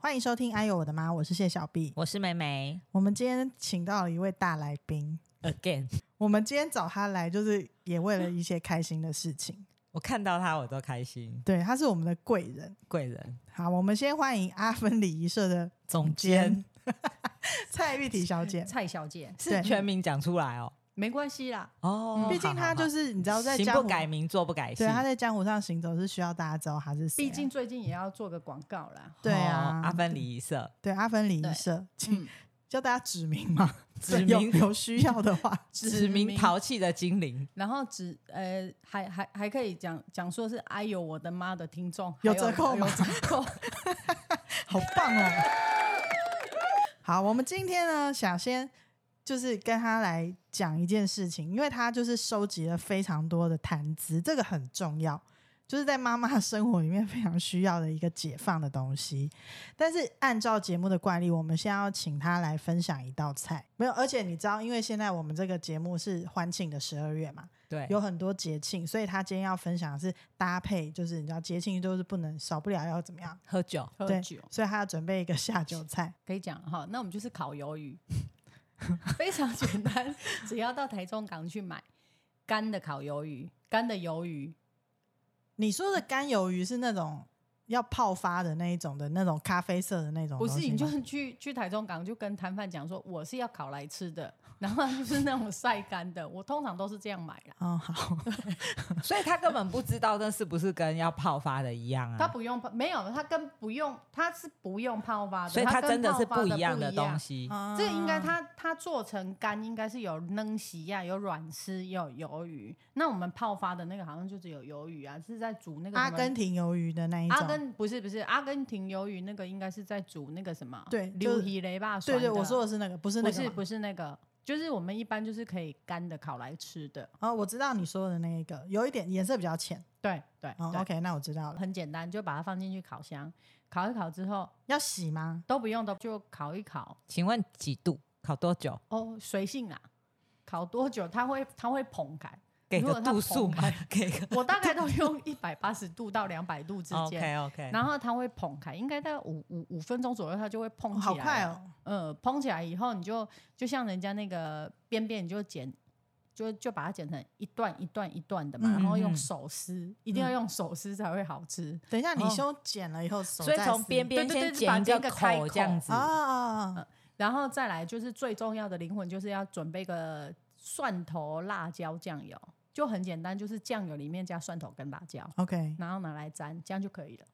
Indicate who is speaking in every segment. Speaker 1: 欢迎收听《哎呦我的妈》，我是谢小碧。
Speaker 2: 我是梅梅
Speaker 1: 我们今天请到了一位大来宾，
Speaker 2: ，again，
Speaker 1: 我们今天找他来，就是也为了一些开心的事情。
Speaker 2: 我看到他我都开心，
Speaker 1: 对，他是我们的贵人。
Speaker 2: 贵人
Speaker 1: 好，我们先欢迎阿芬礼仪社的
Speaker 2: 总
Speaker 1: 监 蔡玉婷小姐。
Speaker 3: 蔡小姐，
Speaker 2: 是
Speaker 1: 对
Speaker 2: 全名讲出来哦，
Speaker 3: 没关系啦，
Speaker 2: 哦，
Speaker 1: 毕竟他就是是你知道在
Speaker 2: 行
Speaker 1: 江
Speaker 2: 不
Speaker 1: 湖，
Speaker 2: 改名，坐不改姓，哦
Speaker 1: 对，他在江湖上行走是需要大家知道他是谁啊。
Speaker 3: 毕竟最近也要做个广告 啦。
Speaker 1: 对
Speaker 2: 哦
Speaker 1: 啊，
Speaker 2: 阿芬礼仪社
Speaker 1: 对阿芬礼仪社，请
Speaker 3: 嗯，
Speaker 1: 叫大家指名嘛，
Speaker 2: 指
Speaker 1: 有
Speaker 2: 名
Speaker 1: 有需要的话，
Speaker 2: 指名淘气的精灵，
Speaker 3: 然后只呃，还还还可以讲讲说是哎呦我的妈的听众
Speaker 1: 有
Speaker 3: 还
Speaker 1: 折扣吗
Speaker 3: 有折 扣，
Speaker 1: 好棒哦！好，我们今天呢，想先就是跟他来讲一件事情，因为他就是收集了非常多的谈资，这个很重要，就是在妈妈生活里面非常需要的一个解放的东西。但是按照节目的惯例，我们先要请他来分享一道菜，没有，而且你知道，因为现在我们这个节目是欢庆的十二月嘛，
Speaker 2: 对，
Speaker 1: 有很多节庆，所以他今天要分享的是搭配，就是你知道节庆都是不能少不了要怎么样。
Speaker 2: 喝酒，
Speaker 3: 喝
Speaker 1: 对
Speaker 3: 酒
Speaker 1: 所以他要准备一个下酒菜。
Speaker 3: 可以讲哈。那我们就是烤鱿鱼， 非常简单， 只要到台中港去买干的烤鱿鱼，干的鱿鱼，
Speaker 1: 你说的干鱿鱼是那种要泡发的那一种的那种咖啡色的那种
Speaker 3: 不
Speaker 1: 东西吗，
Speaker 3: 是你就是去去台中港就跟摊贩讲说我是要烤来吃的，然后就是那种晒干的，我通常都是这样买啦。
Speaker 1: 哦好，
Speaker 2: 所以他根本不知道那是不是跟要泡发的一样
Speaker 3: 它
Speaker 2: 啊，
Speaker 3: 不用泡，没有，它跟不用，它是不用泡发的，
Speaker 2: 所以它
Speaker 3: 它
Speaker 2: 真的是
Speaker 3: 不嗯
Speaker 2: 一样
Speaker 3: 的
Speaker 2: 的东。西，
Speaker 3: 这个应
Speaker 1: 嗯
Speaker 3: 该它它做成干，应该是有嫩皮呀，有软丝，有鱿鱼。那我们泡发的那个好像就只有鱿鱼啊，是在煮那个
Speaker 1: 阿
Speaker 3: 什么
Speaker 1: 根廷鱿鱼的那一种。
Speaker 3: 阿根不是不是阿根廷鱿鱼，那个应该是在煮那个什么
Speaker 1: 对就是
Speaker 3: 流皮雷吧？
Speaker 1: 对对，我说
Speaker 3: 的
Speaker 1: 的是那个，不是
Speaker 3: 不
Speaker 1: 那个
Speaker 3: 是
Speaker 1: 吗。
Speaker 3: 不是那个，就是我们一般就是可以干的烤来吃的。
Speaker 1: 哦，我知道你说的那一个，有一点颜色比较浅。
Speaker 3: 对对
Speaker 1: 哦
Speaker 3: 对，
Speaker 1: ，OK，那我知道了。
Speaker 3: 很简单，就把它放进去烤箱，烤一烤之后
Speaker 1: 要洗吗？
Speaker 3: 都不用的，就烤一烤。
Speaker 2: 请问几度？烤多久？
Speaker 3: 哦，随性啊，烤多久它会它会膨开。
Speaker 2: 给
Speaker 3: 如
Speaker 2: 个
Speaker 3: 果它
Speaker 2: 度数
Speaker 3: 蓬
Speaker 2: 嘛，给个
Speaker 3: 我大概都用一百八十度到两百度之
Speaker 1: 哦
Speaker 3: 间。
Speaker 2: OK OK，
Speaker 3: 然后它会膨开，应该大概五五五分钟左右，它就会
Speaker 1: 哦
Speaker 3: 膨起来、
Speaker 1: 好快！哦，
Speaker 3: 嗯，膨起来以后，你就就像人家那个边边，你就剪，就就把它剪成一段一段一段的嘛，
Speaker 1: 嗯
Speaker 3: 然
Speaker 2: 嗯
Speaker 3: 后
Speaker 2: 嗯
Speaker 3: 用手撕，一定要用手撕才会好吃。
Speaker 1: 等一下，你
Speaker 2: 哦
Speaker 1: 修剪了以后手
Speaker 2: 所以
Speaker 1: 再
Speaker 2: 从
Speaker 1: 撕
Speaker 2: 边边
Speaker 3: 对对
Speaker 2: 先
Speaker 3: 对
Speaker 2: 剪一
Speaker 3: 把
Speaker 2: 个
Speaker 3: 这个开
Speaker 2: 口这样
Speaker 3: 口
Speaker 2: 子
Speaker 1: 哦，
Speaker 3: 嗯
Speaker 1: 哦哦哦
Speaker 3: 然后再来就是最重要的灵魂，就是要准备个蒜头辣椒酱油，就很简单，就是酱油里面加蒜头跟辣椒，
Speaker 1: ，OK，
Speaker 3: 然后拿来沾，这样就可以了。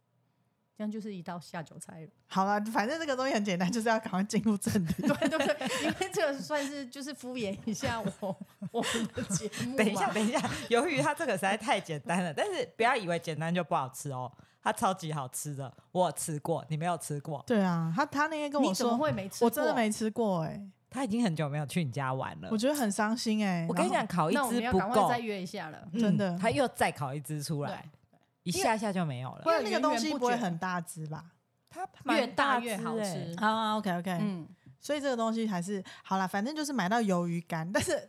Speaker 3: 这样就是一道下酒菜了。
Speaker 1: 好了，反正这个东西很简单，就是要赶快进入正题。
Speaker 3: 对对对，因为这个算是就是敷衍一下我 我们的节目啊嘛。
Speaker 2: 等一下，等一下， 由于它这个实在太简单了，但是不要以为简单就不好吃哦，它超级好吃的，我有吃过，你没有吃过。
Speaker 1: 对啊，他他那天跟
Speaker 3: 你
Speaker 1: 我
Speaker 3: 怎么
Speaker 1: 说，
Speaker 3: 会没吃过？呃
Speaker 1: 我真的没吃过哎、
Speaker 2: 他已经很久没有去你家玩了
Speaker 1: 我，觉得很伤心哎、
Speaker 2: 我跟你
Speaker 1: 然后
Speaker 2: 讲，烤一
Speaker 3: 那我们
Speaker 2: 只
Speaker 3: 要
Speaker 2: 不
Speaker 3: 赶快
Speaker 2: 够，
Speaker 3: 再约一下了。
Speaker 2: 嗯
Speaker 1: 真的
Speaker 2: 他又再烤一只出
Speaker 3: 对
Speaker 2: 来，，一下下就没有了
Speaker 1: 因
Speaker 3: 因。为
Speaker 1: 为那个东西
Speaker 3: 源源不
Speaker 1: 不会
Speaker 3: 绝
Speaker 1: 很大只吧？
Speaker 2: 它
Speaker 3: 越
Speaker 2: 蛮
Speaker 3: 大
Speaker 2: 只
Speaker 3: 越好
Speaker 2: 欸
Speaker 3: 吃。
Speaker 1: 啊，OK OK，
Speaker 3: 嗯，
Speaker 1: 所以这个东西还是好啦，反正就是买到鱿鱼干， 但是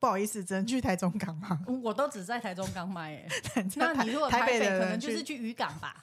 Speaker 1: 不好意思，只能去台中港嘛。
Speaker 2: 嗯
Speaker 3: 我都只在台中刚买 诶、那
Speaker 1: 那
Speaker 3: 你如果
Speaker 1: 台
Speaker 3: 台
Speaker 1: 北
Speaker 3: 北，
Speaker 1: 的人
Speaker 3: 可能就
Speaker 1: 去
Speaker 3: 是去渔港吧。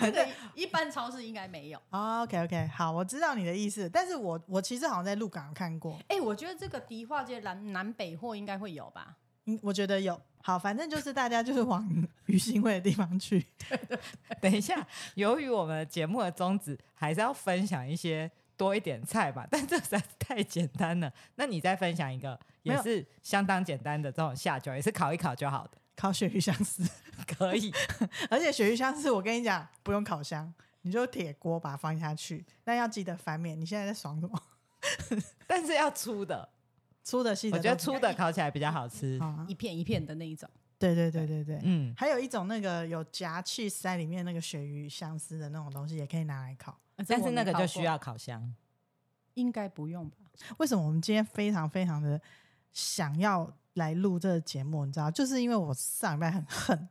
Speaker 3: 那个一般超市应该没有。
Speaker 1: OK OK，好，哦我知道你的意思，但是我我其实好像在鹿港有看过，
Speaker 3: 哎、我觉得这个迪化街南南北货应该会有吧？
Speaker 1: 嗯，我觉得有。好，反正就是大家就是往鱼腥味的地方去。
Speaker 2: 等一下，由于我们节目的宗旨还是要分享一些多一点菜吧， 但这实在是太简单了。那你再分享一个，
Speaker 1: 没
Speaker 2: 也
Speaker 1: 有
Speaker 2: 是相当简单的这种下酒，也是烤一烤就好的，
Speaker 1: 烤鳕鱼香丝，
Speaker 2: 可以。
Speaker 1: 而且鳕鱼香丝，我跟你讲，不用烤箱，你就铁锅把它放下去，但要记得翻面。你现在在爽什么？
Speaker 2: 但是要粗的，
Speaker 1: 粗的细的
Speaker 2: 我
Speaker 1: 都
Speaker 2: 觉
Speaker 1: 可以，
Speaker 2: 得粗的烤起来比较好吃
Speaker 1: 好。啊，
Speaker 3: 一片一片的那一种。
Speaker 1: 对对对对对，
Speaker 2: 嗯，
Speaker 1: 还有一种那个有夹 cheese 在里面那个鳕鱼香丝的那种东西，也可以拿来烤。
Speaker 3: 呃
Speaker 2: 但是那个就，
Speaker 3: 这我
Speaker 2: 需
Speaker 3: 没烤过
Speaker 2: 要烤箱。
Speaker 3: 应该不用吧？
Speaker 1: 为什么我们今天非常非常的想要来录这个节目？你知道，就是因为我上礼拜很恨，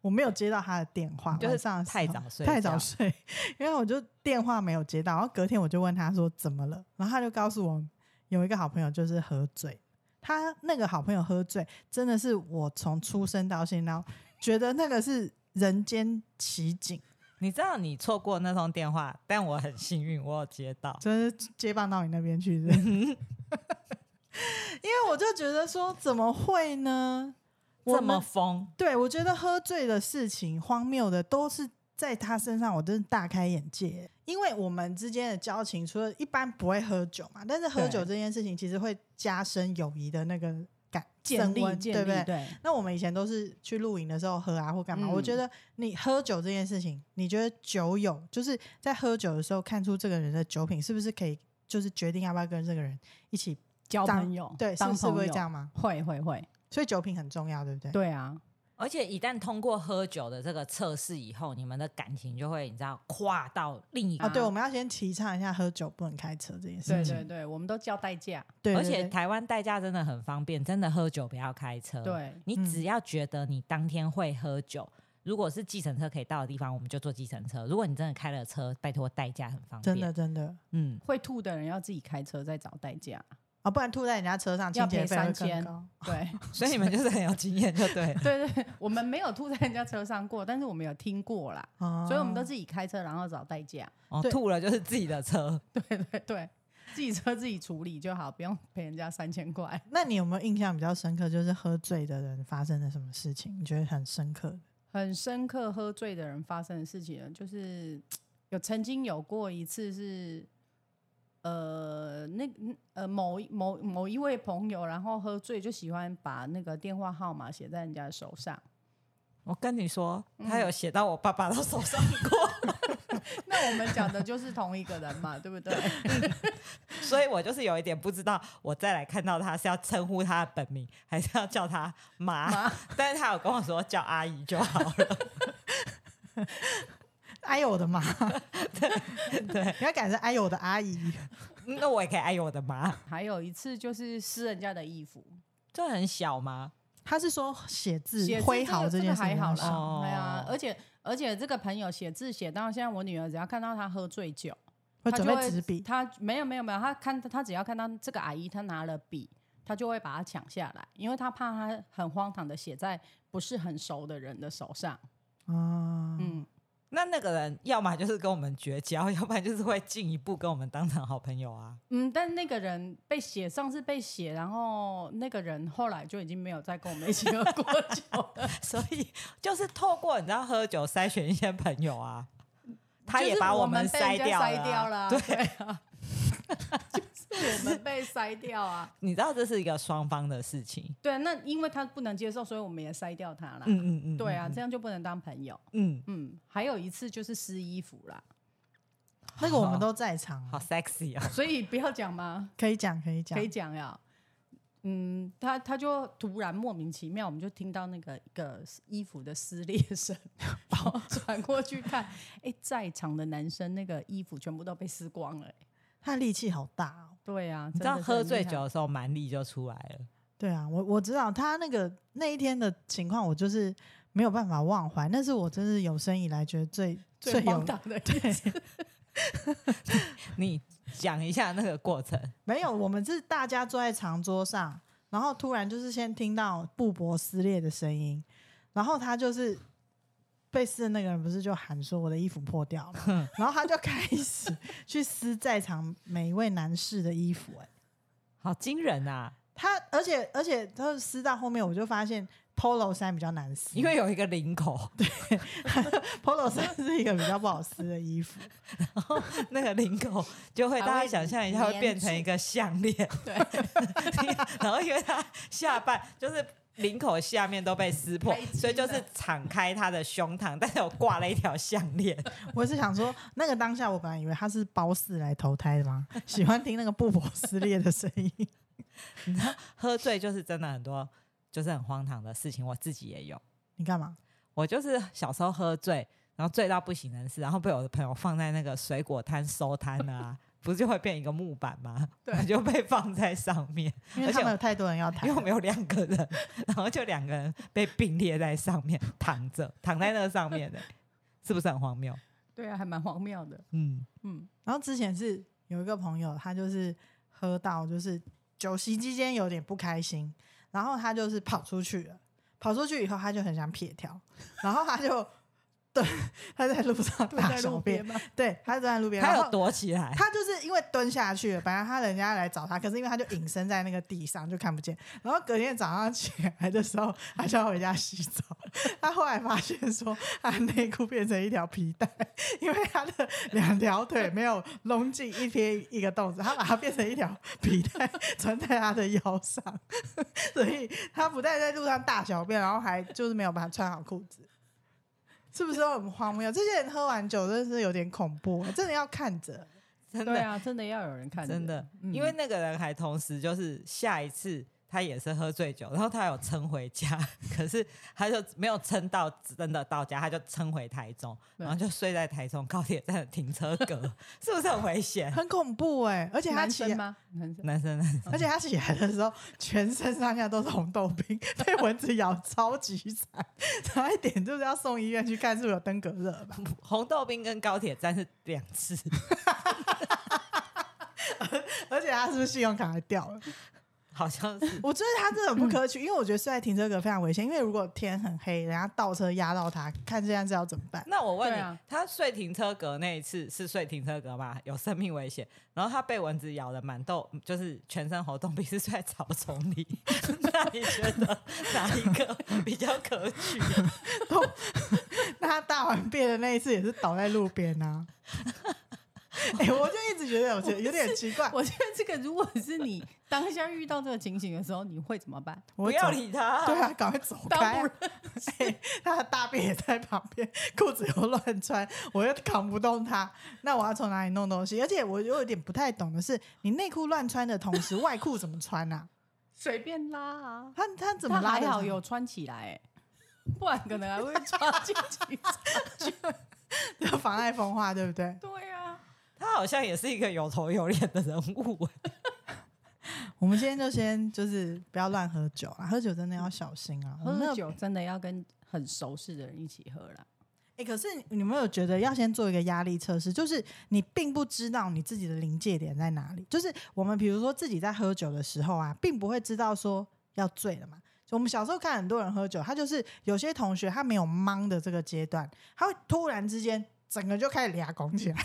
Speaker 1: 我没有接到他的电话，
Speaker 2: 就是
Speaker 1: 晚上的时候
Speaker 2: 太早睡
Speaker 1: 太早
Speaker 2: 觉
Speaker 1: 睡，因为我就电话没有接到，然后隔天我就问他说怎么了，然后他就告诉我有一个好朋友就是喝醉，他那个好朋友喝醉真的是我从出生到现在觉得那个是人间奇景。
Speaker 2: 你知道你错过那通电话，但我很幸运，我有接 到。
Speaker 1: 真是接棒到你那边去的。因 为我就觉得说，怎么会呢？我
Speaker 2: 这
Speaker 1: 们
Speaker 2: 么疯，
Speaker 1: 对我觉得喝醉的事情、荒谬的，都是在他身上，我真是大开眼界。因为我们之间的交情，除了一般不会喝酒嘛，但是喝
Speaker 2: 对
Speaker 1: 酒这件事情，其实会加深友谊的那个感
Speaker 3: 建
Speaker 1: 升
Speaker 3: 立
Speaker 1: 温
Speaker 3: 建
Speaker 1: 对
Speaker 3: 立
Speaker 1: 不对？
Speaker 3: 对
Speaker 1: 那我们以前都是去露营的时候喝啊，或干嘛。
Speaker 3: 嗯
Speaker 1: 我觉得你喝酒这件事情，你觉得酒友就是在喝酒的时候看出这个人的酒品是不是可以，就是决定要不要跟这个人一起
Speaker 3: 交
Speaker 1: 当
Speaker 3: 朋友，
Speaker 1: 对，是
Speaker 3: 哦当
Speaker 1: 是
Speaker 3: 朋
Speaker 1: 会
Speaker 3: 友
Speaker 1: 这样吗？
Speaker 3: 会会会，
Speaker 1: 所以酒品很重要，对不对？
Speaker 3: 对啊，
Speaker 2: 而且一旦通过喝酒的这个测试以后，你们的感情就会你知道跨到另一个。
Speaker 1: 啊，对，我们要先提倡一下喝酒不能开车这件
Speaker 3: 对
Speaker 1: 事情。
Speaker 3: 对对，我们都叫代驾，
Speaker 1: 对，
Speaker 2: 而
Speaker 1: 对
Speaker 2: 且
Speaker 1: 对
Speaker 2: 台湾代驾真的很方便，真的喝酒不要开车。，
Speaker 3: 对
Speaker 1: 嗯
Speaker 2: 你只要觉得你当天会喝酒，如果是计程车可以到的地方，我们就坐计程车。如果你真的开了车，拜托代驾很方便。
Speaker 1: 真的，真的
Speaker 2: 嗯，
Speaker 3: 会吐的人要自己开车再找代驾，
Speaker 1: 啊，不然吐在人家车上，
Speaker 3: 要
Speaker 1: 清洁
Speaker 3: 赔
Speaker 1: 费会
Speaker 3: 3000
Speaker 1: 更高。
Speaker 3: 对。
Speaker 2: 所以你们就是很有经验，就对了
Speaker 3: 对对，我们没有吐在人家车上过，但是我们有听过啦，
Speaker 1: 哦
Speaker 3: 所以我们都自己开车然后找代驾，
Speaker 2: 哦，
Speaker 1: 对
Speaker 2: 吐了就是自己的车。
Speaker 3: 对对对，自己车自己处理就好，不用赔人家三千块。
Speaker 1: 那你有没有印象比较深刻，就是喝醉的人发生了什么事情？你觉得很深刻的？
Speaker 3: 很深刻喝醉的人发生的事情呢，就是有曾经有过一次是，呃，那嗯呃某一某某一位朋友，然后喝醉就喜欢把那个电话号码写在人家的手上。
Speaker 2: 我跟你说，
Speaker 3: 嗯
Speaker 2: 他有写到我爸爸的手上 过，
Speaker 3: 那我们讲的就是同一个人嘛，对不对？
Speaker 2: 所以我就是有一点不知道，我再来看到他是要称呼他的本名，还是要叫他妈？
Speaker 3: 妈
Speaker 2: 但是他有跟我说叫阿姨就好了。
Speaker 1: 哎呦我的妈！
Speaker 2: 对，
Speaker 1: 你要改成哎呦我的阿姨，
Speaker 2: 那我也可以哎呦我的妈，
Speaker 3: 还有一次就是撕人家的衣服，
Speaker 2: 这很小吗？
Speaker 1: 他是说写字
Speaker 3: 写字
Speaker 1: 挥
Speaker 3: 这
Speaker 1: 毫
Speaker 3: 个
Speaker 1: 这件事
Speaker 3: 还
Speaker 1: 情
Speaker 3: 好
Speaker 1: 很
Speaker 3: 啦，
Speaker 1: 少，
Speaker 2: 哦
Speaker 3: 对啊，而且而且这个朋友写字写到现在，我女儿只要看到他喝醉酒。
Speaker 1: 会
Speaker 3: 他
Speaker 1: 准
Speaker 3: 就
Speaker 1: 备纸笔，
Speaker 3: 他没有没有没有，他看他只要看到这个阿姨，他拿了笔，他就会把它抢下来，因为他怕他很荒唐的写在不是很熟的人的手上。
Speaker 1: 啊，
Speaker 3: 嗯，
Speaker 2: 那那个人要么就是跟我们绝交，要不然就是会进一步跟我们当成好朋友啊。
Speaker 3: 嗯，但那个人被写，上次被写，然后那个人后来就已经没有再跟我们一起喝过酒了。
Speaker 2: 所以就是透过你知道喝酒筛选一些朋友啊， 他
Speaker 3: 就
Speaker 2: 也
Speaker 3: 是
Speaker 2: 把
Speaker 3: 我
Speaker 2: 们
Speaker 3: 被人
Speaker 2: 筛
Speaker 3: 家
Speaker 2: 掉
Speaker 3: 筛掉
Speaker 2: 了
Speaker 3: 了
Speaker 2: 啊。
Speaker 3: 啊，
Speaker 2: 对，
Speaker 3: 对啊，就是我们被筛掉啊。
Speaker 2: 你知道这是一个双方的事情。
Speaker 3: 对，啊那因为他不能接受，所以我们也筛掉他了。
Speaker 2: 嗯嗯嗯，
Speaker 3: 对啊，
Speaker 2: 嗯
Speaker 3: 这样就不能当朋友。
Speaker 2: 嗯，
Speaker 3: 嗯，还有一次就是撕衣服啦，
Speaker 1: 那个我们都在场
Speaker 2: 好
Speaker 1: 啊，
Speaker 2: sexy 啊、
Speaker 3: 所以不要讲吗？
Speaker 1: 可以讲可以 讲
Speaker 3: 可以，讲呀。嗯，他他就突然莫名其妙，我们就听到那个一个衣服的撕裂声，然后转过去看，哎、在场的男生那个衣服全部都被撕光了、哎诶
Speaker 1: 他的力气好大哦。
Speaker 3: 对啊，
Speaker 2: 你知道
Speaker 3: 真的是很
Speaker 2: 喝醉
Speaker 3: 厉害
Speaker 2: 酒，的时候蛮力就出来了，
Speaker 1: 对啊，我我知道他那个那一天的情况，我就是没有办法忘怀，那是我真是有生以来觉得最
Speaker 3: 最荒
Speaker 1: 有
Speaker 3: 唐的一次，
Speaker 2: 你讲一下那个过程。
Speaker 1: 没有，我们是大家坐在长桌上，然后突然就是先听到布帛撕裂的声音，然后他就是被撕的那个人不是就喊说我的衣服破掉了， 然后他就开始去撕在场每一位男士的衣服、哎，
Speaker 2: 好惊人啊！
Speaker 1: 他而且而且他撕到后面，我就发现 polo 衫比较难撕，
Speaker 2: 因为有一个领口，
Speaker 1: polo 衫是一个比较不好撕的衣服，
Speaker 2: 那个领口就会
Speaker 3: 还
Speaker 2: 大
Speaker 3: 会
Speaker 2: 家想象一下会变成一个项链，
Speaker 3: 对，
Speaker 2: 然后因为它下半就是领口下面都被撕破
Speaker 3: 开，机
Speaker 2: 所以就是
Speaker 3: 了
Speaker 2: 敞开他的胸膛，但是我挂了一条项链，
Speaker 1: 我是想说，那个当下我本来以为他是褒姒来投胎的嘛，喜欢听那个布帛撕裂的声音。
Speaker 2: 喝醉就是真的很多，就是很荒唐的事情，我自己也有。
Speaker 1: 你干嘛？
Speaker 2: 我就是小时候喝醉，然后醉到不省人事，然后被我的朋友放在那个水果摊收摊了啊， 不是就会变一个木板吗？
Speaker 3: 对
Speaker 2: 我就被放在上面，
Speaker 1: 因为
Speaker 2: 而且
Speaker 1: 他
Speaker 2: 我
Speaker 1: 们有太多人要谈
Speaker 2: 因为，我们有两个人，然后就两个人被并列在上面躺着，躺在那个上面的、是不是很荒谬？
Speaker 3: 对啊，还蛮荒谬的。
Speaker 2: 嗯，
Speaker 3: 嗯，
Speaker 1: 然后之前是有一个朋友，他就是喝到就是酒席期间有点不开心，然后他就是跑出去了，跑出去以后他就很想撇条，然后他就 他在路上
Speaker 3: 蹲
Speaker 1: 大
Speaker 3: 在
Speaker 1: 小
Speaker 3: 路边
Speaker 1: 便，
Speaker 3: 吗？
Speaker 1: 对，他就蹲在路边，
Speaker 2: 他
Speaker 1: 然
Speaker 2: 有
Speaker 1: 后
Speaker 2: 躲起来，
Speaker 1: 他就是因为蹲下去了，本来他人家来找他，可是因为他就隐身在那个地上，就看不见。然后隔天早上起来的时候，他就要回家洗澡。他后来发现说，他内裤变成一条皮带，因为他的两条腿没有拢进一边一个洞子，他把它变成一条皮带穿在他的腰上，所以他不但在路上大小便，然后还就是没有把它穿好裤子。是不是都很荒谬？这些人喝完酒真的是有点恐怖，真的要看着。
Speaker 2: 真
Speaker 3: 对
Speaker 2: 的、
Speaker 3: 啊，真的要有人看着，
Speaker 2: 真的，
Speaker 3: 嗯
Speaker 2: 因为那个人还同时就是下一次他也是喝醉酒，然后他有撑回家， 可是他就没有撑到真的到家，他就撑回台中，
Speaker 3: 对
Speaker 2: 然后就睡在台中高铁站的停车格，是不是很危险？
Speaker 1: 很恐怖哎、而且他
Speaker 3: 男
Speaker 1: 起
Speaker 3: 生吗？男生
Speaker 2: 男生 男生
Speaker 1: 而且他起来的时候，全身上下都是红豆冰， 被蚊子咬超级惨，差一点就是要送医院去看是不是有登革热吧。
Speaker 2: 红豆冰跟高铁站是两次，
Speaker 1: 而且他是不是信用卡还掉了？
Speaker 2: 好像是
Speaker 1: 我觉得他真的很不可取，因为我觉得睡在停车格非常危险，因为如果天很黑，人家倒车压到他，看这样子要怎么办？
Speaker 2: 那我问你，
Speaker 3: 对啊
Speaker 2: 他睡停车格那一次是睡停车格吧？有生命危险，然后他被蚊子咬的满豆，就是全身喉动病，是睡在草丛里。 那你觉得哪一个比较可 取？
Speaker 1: 那他大完便的那一次也是倒在路边啊。 哎、我就一直觉得我觉得有点奇 怪，
Speaker 3: 我觉得这个，如果是你当下遇到这个情形的时候，你会怎么办？
Speaker 1: 我
Speaker 2: 不
Speaker 1: 会
Speaker 2: 要
Speaker 1: 走
Speaker 2: 理他。
Speaker 1: 对啊，赶快走
Speaker 3: 当
Speaker 1: 开
Speaker 3: 不
Speaker 1: 啊、嘿他的大便也在旁边， 裤子又乱穿，我又扛不动他，那我要从哪里弄东西？而且我又有点不太懂的是，你内裤乱穿的同 时，外裤怎么穿啊？
Speaker 3: 随便拉啊，
Speaker 1: 他他怎么
Speaker 3: 他
Speaker 1: 拉
Speaker 3: 还
Speaker 1: 得
Speaker 3: 好
Speaker 1: 上
Speaker 3: 有穿起来、欸，不然可能还会穿进去。
Speaker 1: 这妨碍风化，对不对？
Speaker 3: 对啊，
Speaker 2: 他好像也是一个有头有脸的人物、
Speaker 1: 我们今天就先就是不要乱喝酒啊，喝酒真的要小心啊。我们
Speaker 3: 喝
Speaker 1: 那
Speaker 3: 酒真的要跟很熟识的人一起喝啦。
Speaker 1: 哎、可是你们有觉得要先做一个压力测试，就是你并不知道你自己的临界点在哪里。就是我们比如说自己在喝酒的时候啊，并不会知道说要醉了嘛。我们小时候看很多人喝酒，他就是有些同学他没有懵的这个阶段，他会突然之间整个就开始俩拱起来，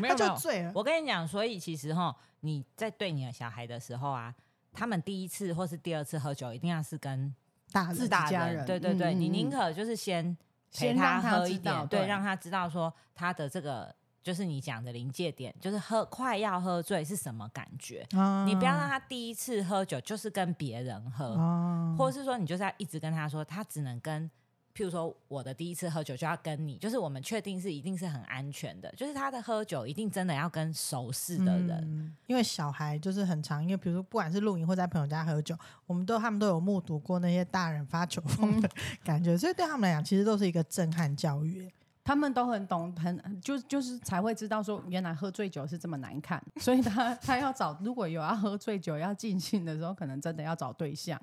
Speaker 2: 没
Speaker 1: 他就醉了。
Speaker 2: 我跟你讲，所以其实哈，你在对你的小孩的时候啊，他们第一次或是第二次喝酒，一定要是跟
Speaker 1: 打
Speaker 3: 自己
Speaker 1: 了，
Speaker 2: 大
Speaker 3: 家
Speaker 2: 人
Speaker 3: 人
Speaker 2: 对对对，
Speaker 3: 嗯
Speaker 2: 你
Speaker 3: 嗯
Speaker 2: 宁
Speaker 3: 嗯
Speaker 2: 可就是先陪
Speaker 3: 先让他
Speaker 2: 喝
Speaker 3: 知
Speaker 2: 一
Speaker 3: 道
Speaker 2: 点，对，
Speaker 3: 对
Speaker 2: 让他知道说他的这个就是你讲的临界点，就是喝快要喝醉是什么感觉。你不要让他第一次喝酒就是跟别人喝，
Speaker 1: 啊
Speaker 2: 或者是说你就是要一直跟他说，他只能跟。譬如说，我的第一次喝酒就要跟你，就是我们确定是一定是很安全的，就是他的喝酒一定真的要跟熟识的人，
Speaker 1: 嗯因为小孩就是很常，因为比如说不管是露营或在朋友家喝酒，我们都他们都有目睹过那些大人发酒疯的感觉，所以对他们来讲，其实都是一个震撼教育。
Speaker 3: 他们都很懂，很就就是才会知道说，原来喝醉酒是这么难看，所以他他要找，如果有要喝醉酒要尽兴的时候，可能真的要找对象，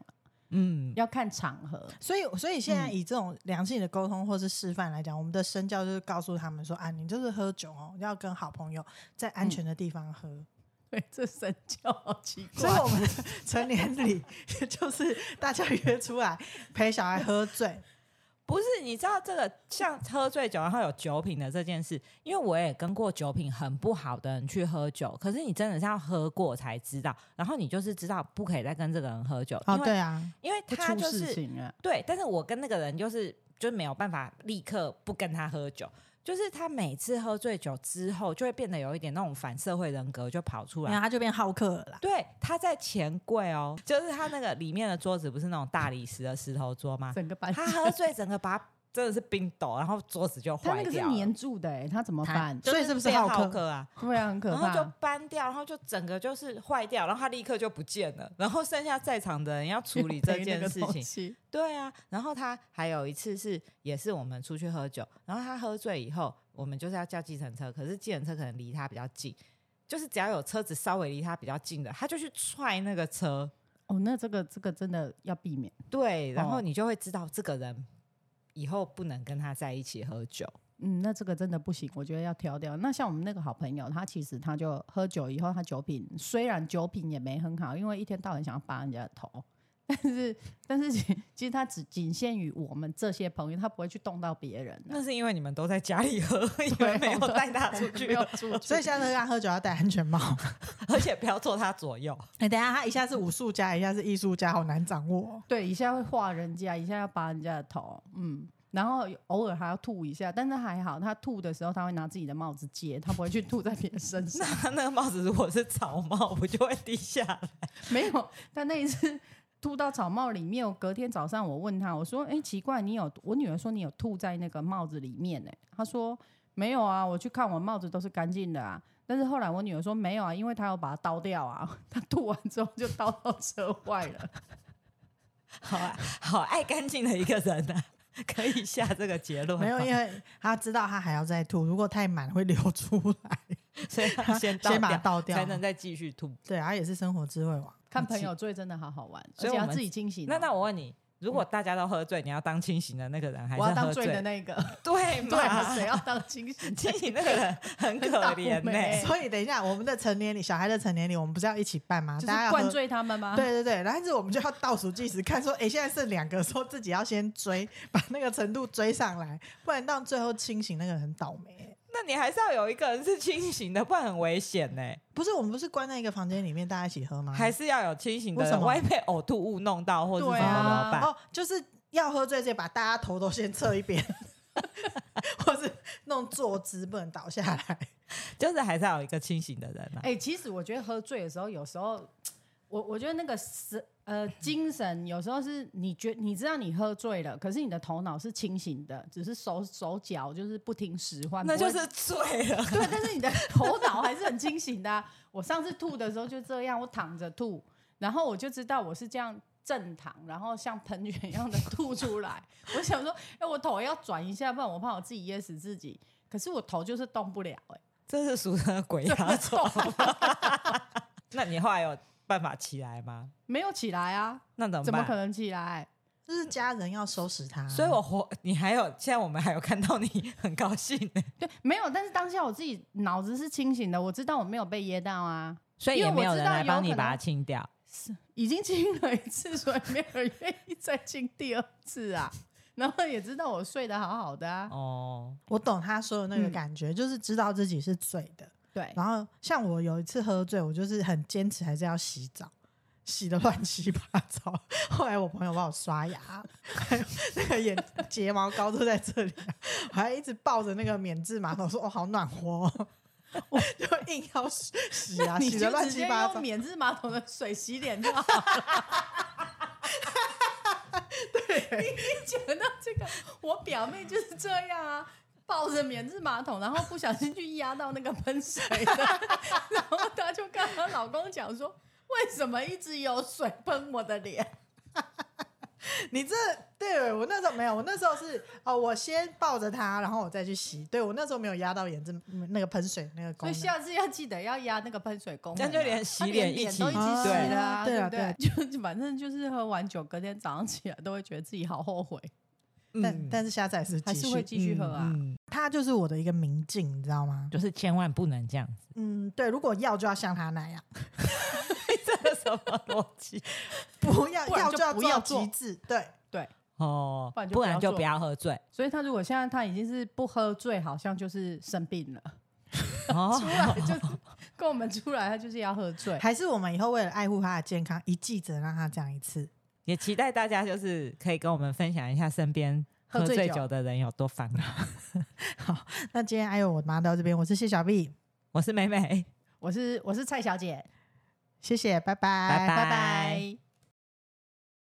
Speaker 2: 嗯，
Speaker 3: 要看场合。
Speaker 1: 所以，所以现在以这种良性的沟通或是示范来讲，我们的身教就是告诉他们说啊，你就是喝酒哦，要跟好朋友在安全的地方喝。
Speaker 3: 对，这神教好奇
Speaker 1: 所
Speaker 3: 怪
Speaker 1: 以，。我们成年礼 就是大家约出来陪小孩喝醉，
Speaker 2: 不是，你知道这个像喝醉酒然后有酒品的这件事，因为我也跟过酒品很不好的人去喝酒，可是你真的是要喝过才知道，然后你就是知道不可以再跟这个人喝酒，
Speaker 1: 哦，
Speaker 2: 因为
Speaker 1: 对啊，
Speaker 2: 因为
Speaker 3: 会
Speaker 2: 他
Speaker 3: 出
Speaker 2: 就
Speaker 3: 事
Speaker 2: 是
Speaker 3: 情啊！
Speaker 2: 对，但是我跟那个人就是就没有办法立刻不跟他喝酒。就是他每次喝醉酒之后，就会变得有一点那种反社会人格就跑出来，
Speaker 1: 然后他就变好客了啦。
Speaker 2: 对，他在钱柜哦，就是他那个里面的桌子不是那种大理石的石头桌吗？
Speaker 3: 整个班级
Speaker 2: 他喝醉，整个把他真的是冰斗，然后桌子就
Speaker 3: 他
Speaker 2: 坏
Speaker 3: 那个是
Speaker 2: 掉了。
Speaker 3: 粘住的、欸，他怎么
Speaker 1: 他
Speaker 3: 办？
Speaker 1: 所以是不是
Speaker 2: 变
Speaker 1: 好
Speaker 2: 浩
Speaker 1: 客？
Speaker 2: 克啊？
Speaker 3: 对啊，很可
Speaker 2: 然后
Speaker 3: 怕。
Speaker 2: 就搬掉，然后就整个就是坏掉，然后他立刻就不见 了，然后剩下在场的人要处理这件事情。
Speaker 3: 情，
Speaker 2: 对啊，然后他还有一次是，也是我们出去喝酒，然后他喝醉以后，我们就是要叫计程车，可是计程车可能离他比较近，就是只要有车子稍微离他比较近的，他就去踹那个车。
Speaker 3: 哦，那这个这个真的要避免。
Speaker 2: 对，然后
Speaker 3: 哦
Speaker 2: 你就会知道这个人以后不能跟他在一起喝酒。
Speaker 3: 嗯，那这个真的不行，我觉得要挑掉。那像我们那个好朋友，他其实他就喝酒以后，他酒品虽然酒品也没很好，因为一天到晚想要扒人家的头，但是但是其其实他只仅限于我们这些朋友，他不会去动到别人啊的、
Speaker 2: 那是因为你们都在家里喝，你们没有带他出去
Speaker 3: 没有
Speaker 2: 喝，
Speaker 3: 出去，
Speaker 1: 所以下次跟他喝酒要戴安全帽。
Speaker 2: 而且不要坐他左右。
Speaker 1: 哎、等一下他一下是武术家，一下是艺术家，好难掌握哦。
Speaker 3: 对，一下会画人家，一下要拔人家的头，嗯，然后偶尔还要吐一下，但是还好，他吐的时候他会拿自己的帽子接，他不会去吐在别人 身上。
Speaker 2: 那那个帽子如果是草帽，不就会低下来？
Speaker 3: 没有，但那一次吐到草帽里面，我隔天早上我问他，我说：“哎、奇怪，你有？”我女儿说你有吐在那个帽子里面呢、欸他说：“没有啊，我去看我帽子都是干净的啊。”但是后来我女儿说没有啊，因为她要把它倒掉啊， 她吐完之后就倒到车外了。
Speaker 2: 好啊，好爱干净的一个人啊， 可以下这个结论。啊
Speaker 1: 没有，，因为他知道他还要再吐，如果太满会流出来。
Speaker 2: 所以他先倒
Speaker 1: 先把它
Speaker 2: 掉，
Speaker 1: 倒掉
Speaker 2: 才能再继续吐。
Speaker 1: 对，他也是生活智慧王。
Speaker 3: 看朋 友醉真的好好玩，
Speaker 2: 所
Speaker 3: 而
Speaker 2: 以
Speaker 3: 且
Speaker 2: 我
Speaker 3: 要
Speaker 2: 们
Speaker 3: 自己清醒哦、
Speaker 2: 那那我问你，如果大家都喝醉，你要当清醒的那个人，还
Speaker 3: 我要
Speaker 2: 是
Speaker 3: 当
Speaker 2: 喝
Speaker 3: 醉的
Speaker 2: 醉？
Speaker 3: 那个，
Speaker 2: 对
Speaker 3: 对啊，
Speaker 2: 嘛？
Speaker 3: 谁要当 清醒？
Speaker 2: 清醒那个人很可
Speaker 3: 倒
Speaker 2: 怜欸呢、
Speaker 3: 霉
Speaker 1: 所以等一下，我们的成年礼，小孩的成年礼，我们不是要一起办吗？
Speaker 3: 就是
Speaker 1: 大家要
Speaker 3: 灌
Speaker 1: 喝
Speaker 3: 醉他们吗？
Speaker 1: 对，对对，然后我们就要倒数计时，看说，哎，现在剩两个，说自己要先追，把那个程度追上来，不然到最后清醒那个人很倒霉。
Speaker 2: 那你还是要有一个人是清醒的，不然很危险呢、欸
Speaker 1: 不是，我们不是关在一个房间里面，大家一起喝吗？
Speaker 3: 啊
Speaker 2: 还是要有清醒的
Speaker 1: 为
Speaker 2: 人，
Speaker 1: 什么
Speaker 2: 万一被呕吐物弄到或是什么
Speaker 3: 对
Speaker 2: 怎
Speaker 3: 啊
Speaker 2: 么办？
Speaker 1: 哦，就是要喝醉醉，把大家头都先侧一边， 或是弄坐姿不能倒下来。
Speaker 2: 就是还是要有一个清醒的人啊。
Speaker 3: 哎、其实我觉得喝醉的时候，有时候我我觉得那个是呃精神，有时候是你觉你知道你喝醉了，可是你的头脑是清醒的，只是手手脚就是不听使唤，
Speaker 2: 那
Speaker 3: 不
Speaker 2: 就
Speaker 3: 会
Speaker 2: 是醉 了，
Speaker 3: 对，但是你的头脑还是很清醒的啊、我上次吐的时候就这样，我躺着吐，然后我就知道我是这样正躺，然后像喷泉一样的吐出来。 我想说，哎、我头要转一下，不然我怕我自己噎死自己。可是我头就是动不了、哎，
Speaker 2: 这是俗称的鬼压床。 那你后来有办法起来吗？
Speaker 3: 没有起来啊，
Speaker 2: 那怎么办？
Speaker 3: 怎么可能起来？
Speaker 1: 就是家人要收拾他，
Speaker 2: 所以我活，你还有现在我们还有看到你很高兴呢、
Speaker 3: 对，没有。但是当下我自己脑子是清醒的，我知道我没有被噎到啊，
Speaker 2: 所以
Speaker 3: 因
Speaker 2: 也
Speaker 3: 为
Speaker 2: 没
Speaker 3: 我
Speaker 2: 有
Speaker 3: 知
Speaker 2: 人
Speaker 3: 道
Speaker 2: 来
Speaker 3: 有
Speaker 2: 帮你
Speaker 3: 可
Speaker 2: 把它
Speaker 3: 能
Speaker 2: 清掉。
Speaker 3: 已经亲了一次，所以没有人愿意再亲第二次啊。然后也知道我睡得好好的啊，
Speaker 2: 哦，
Speaker 1: 我懂他说的那
Speaker 3: 嗯
Speaker 1: 个感觉，就是知道自己是醉的。
Speaker 3: 对，
Speaker 1: 然后像我有一次喝醉，我就是很坚持还是要洗澡，洗的乱七八糟。后来我朋友帮我刷牙，还有那个眼睫毛膏都在这里啊，我还一直抱着那个免治马桶说：“哦，好暖和、哦。” 我就硬要洗洗啊，
Speaker 3: 你
Speaker 1: 洗
Speaker 3: 就
Speaker 1: 的乱
Speaker 3: 直
Speaker 1: 七
Speaker 3: 接
Speaker 1: 八
Speaker 3: 用
Speaker 1: 糟。
Speaker 3: 免治马桶的水洗脸就好 了。对， 你讲到这个，我表妹就是这样啊，抱着免治马桶，然后不小心去压到那个喷水的， 然后她就跟她老公讲说。为什么一直有水喷我的脸？
Speaker 1: 你这对我那时候没有，我那时候是哦，我先抱着它，然后我再去洗。对我那时候没有压到眼睛那个喷水那个
Speaker 3: 所
Speaker 1: 功
Speaker 3: 以
Speaker 1: 能。
Speaker 3: 下次要记得要压那个喷水功
Speaker 2: 这
Speaker 3: 能啊、
Speaker 2: 样就连洗
Speaker 3: 她
Speaker 2: 脸
Speaker 3: 连
Speaker 2: 一
Speaker 3: 脸
Speaker 2: 起
Speaker 3: 都已经洗
Speaker 2: 对
Speaker 3: 了、啊，
Speaker 1: 对啊
Speaker 3: 不对？ 就反正就是喝完酒，隔天早上起来都会觉得自己好后悔，
Speaker 1: 但但是下次还是
Speaker 3: 还
Speaker 1: 继
Speaker 3: 是
Speaker 1: 续
Speaker 3: 会继续喝啊。
Speaker 2: 嗯，
Speaker 1: 它就是我的一个明镜，你知道吗？
Speaker 2: 就是千万不能这样子。
Speaker 1: 嗯，对，如果要就要像他那样，
Speaker 2: 这什么逻辑？
Speaker 1: 不要
Speaker 3: 不然
Speaker 1: 要
Speaker 3: 就
Speaker 1: 就要
Speaker 3: 不要
Speaker 1: 做到极
Speaker 3: 做
Speaker 1: 致，对，
Speaker 2: 哦，
Speaker 3: 不然就
Speaker 2: 不
Speaker 3: 不
Speaker 2: 然
Speaker 3: 要
Speaker 2: 就
Speaker 3: 做
Speaker 2: 不要喝 醉。
Speaker 3: 所以他如果现在他已经是不喝醉，好像就是生病了，
Speaker 2: 哦
Speaker 3: 出，来就是 跟我们出来，他就是要喝醉。
Speaker 1: 还是我们以后为了爱护他的健康，一季只能让他这样一次。
Speaker 2: 也期待大家就是可以跟我们分享一下身边
Speaker 3: 喝
Speaker 2: 喝
Speaker 3: 醉
Speaker 2: 醉
Speaker 3: 酒
Speaker 2: 酒的人有多烦恼。
Speaker 1: 那今天哎呦我妈到这边，我是谢小 B，
Speaker 2: 我是美美，
Speaker 3: 我是我是蔡小姐，
Speaker 1: 谢谢，拜拜，
Speaker 2: 拜
Speaker 3: 拜拜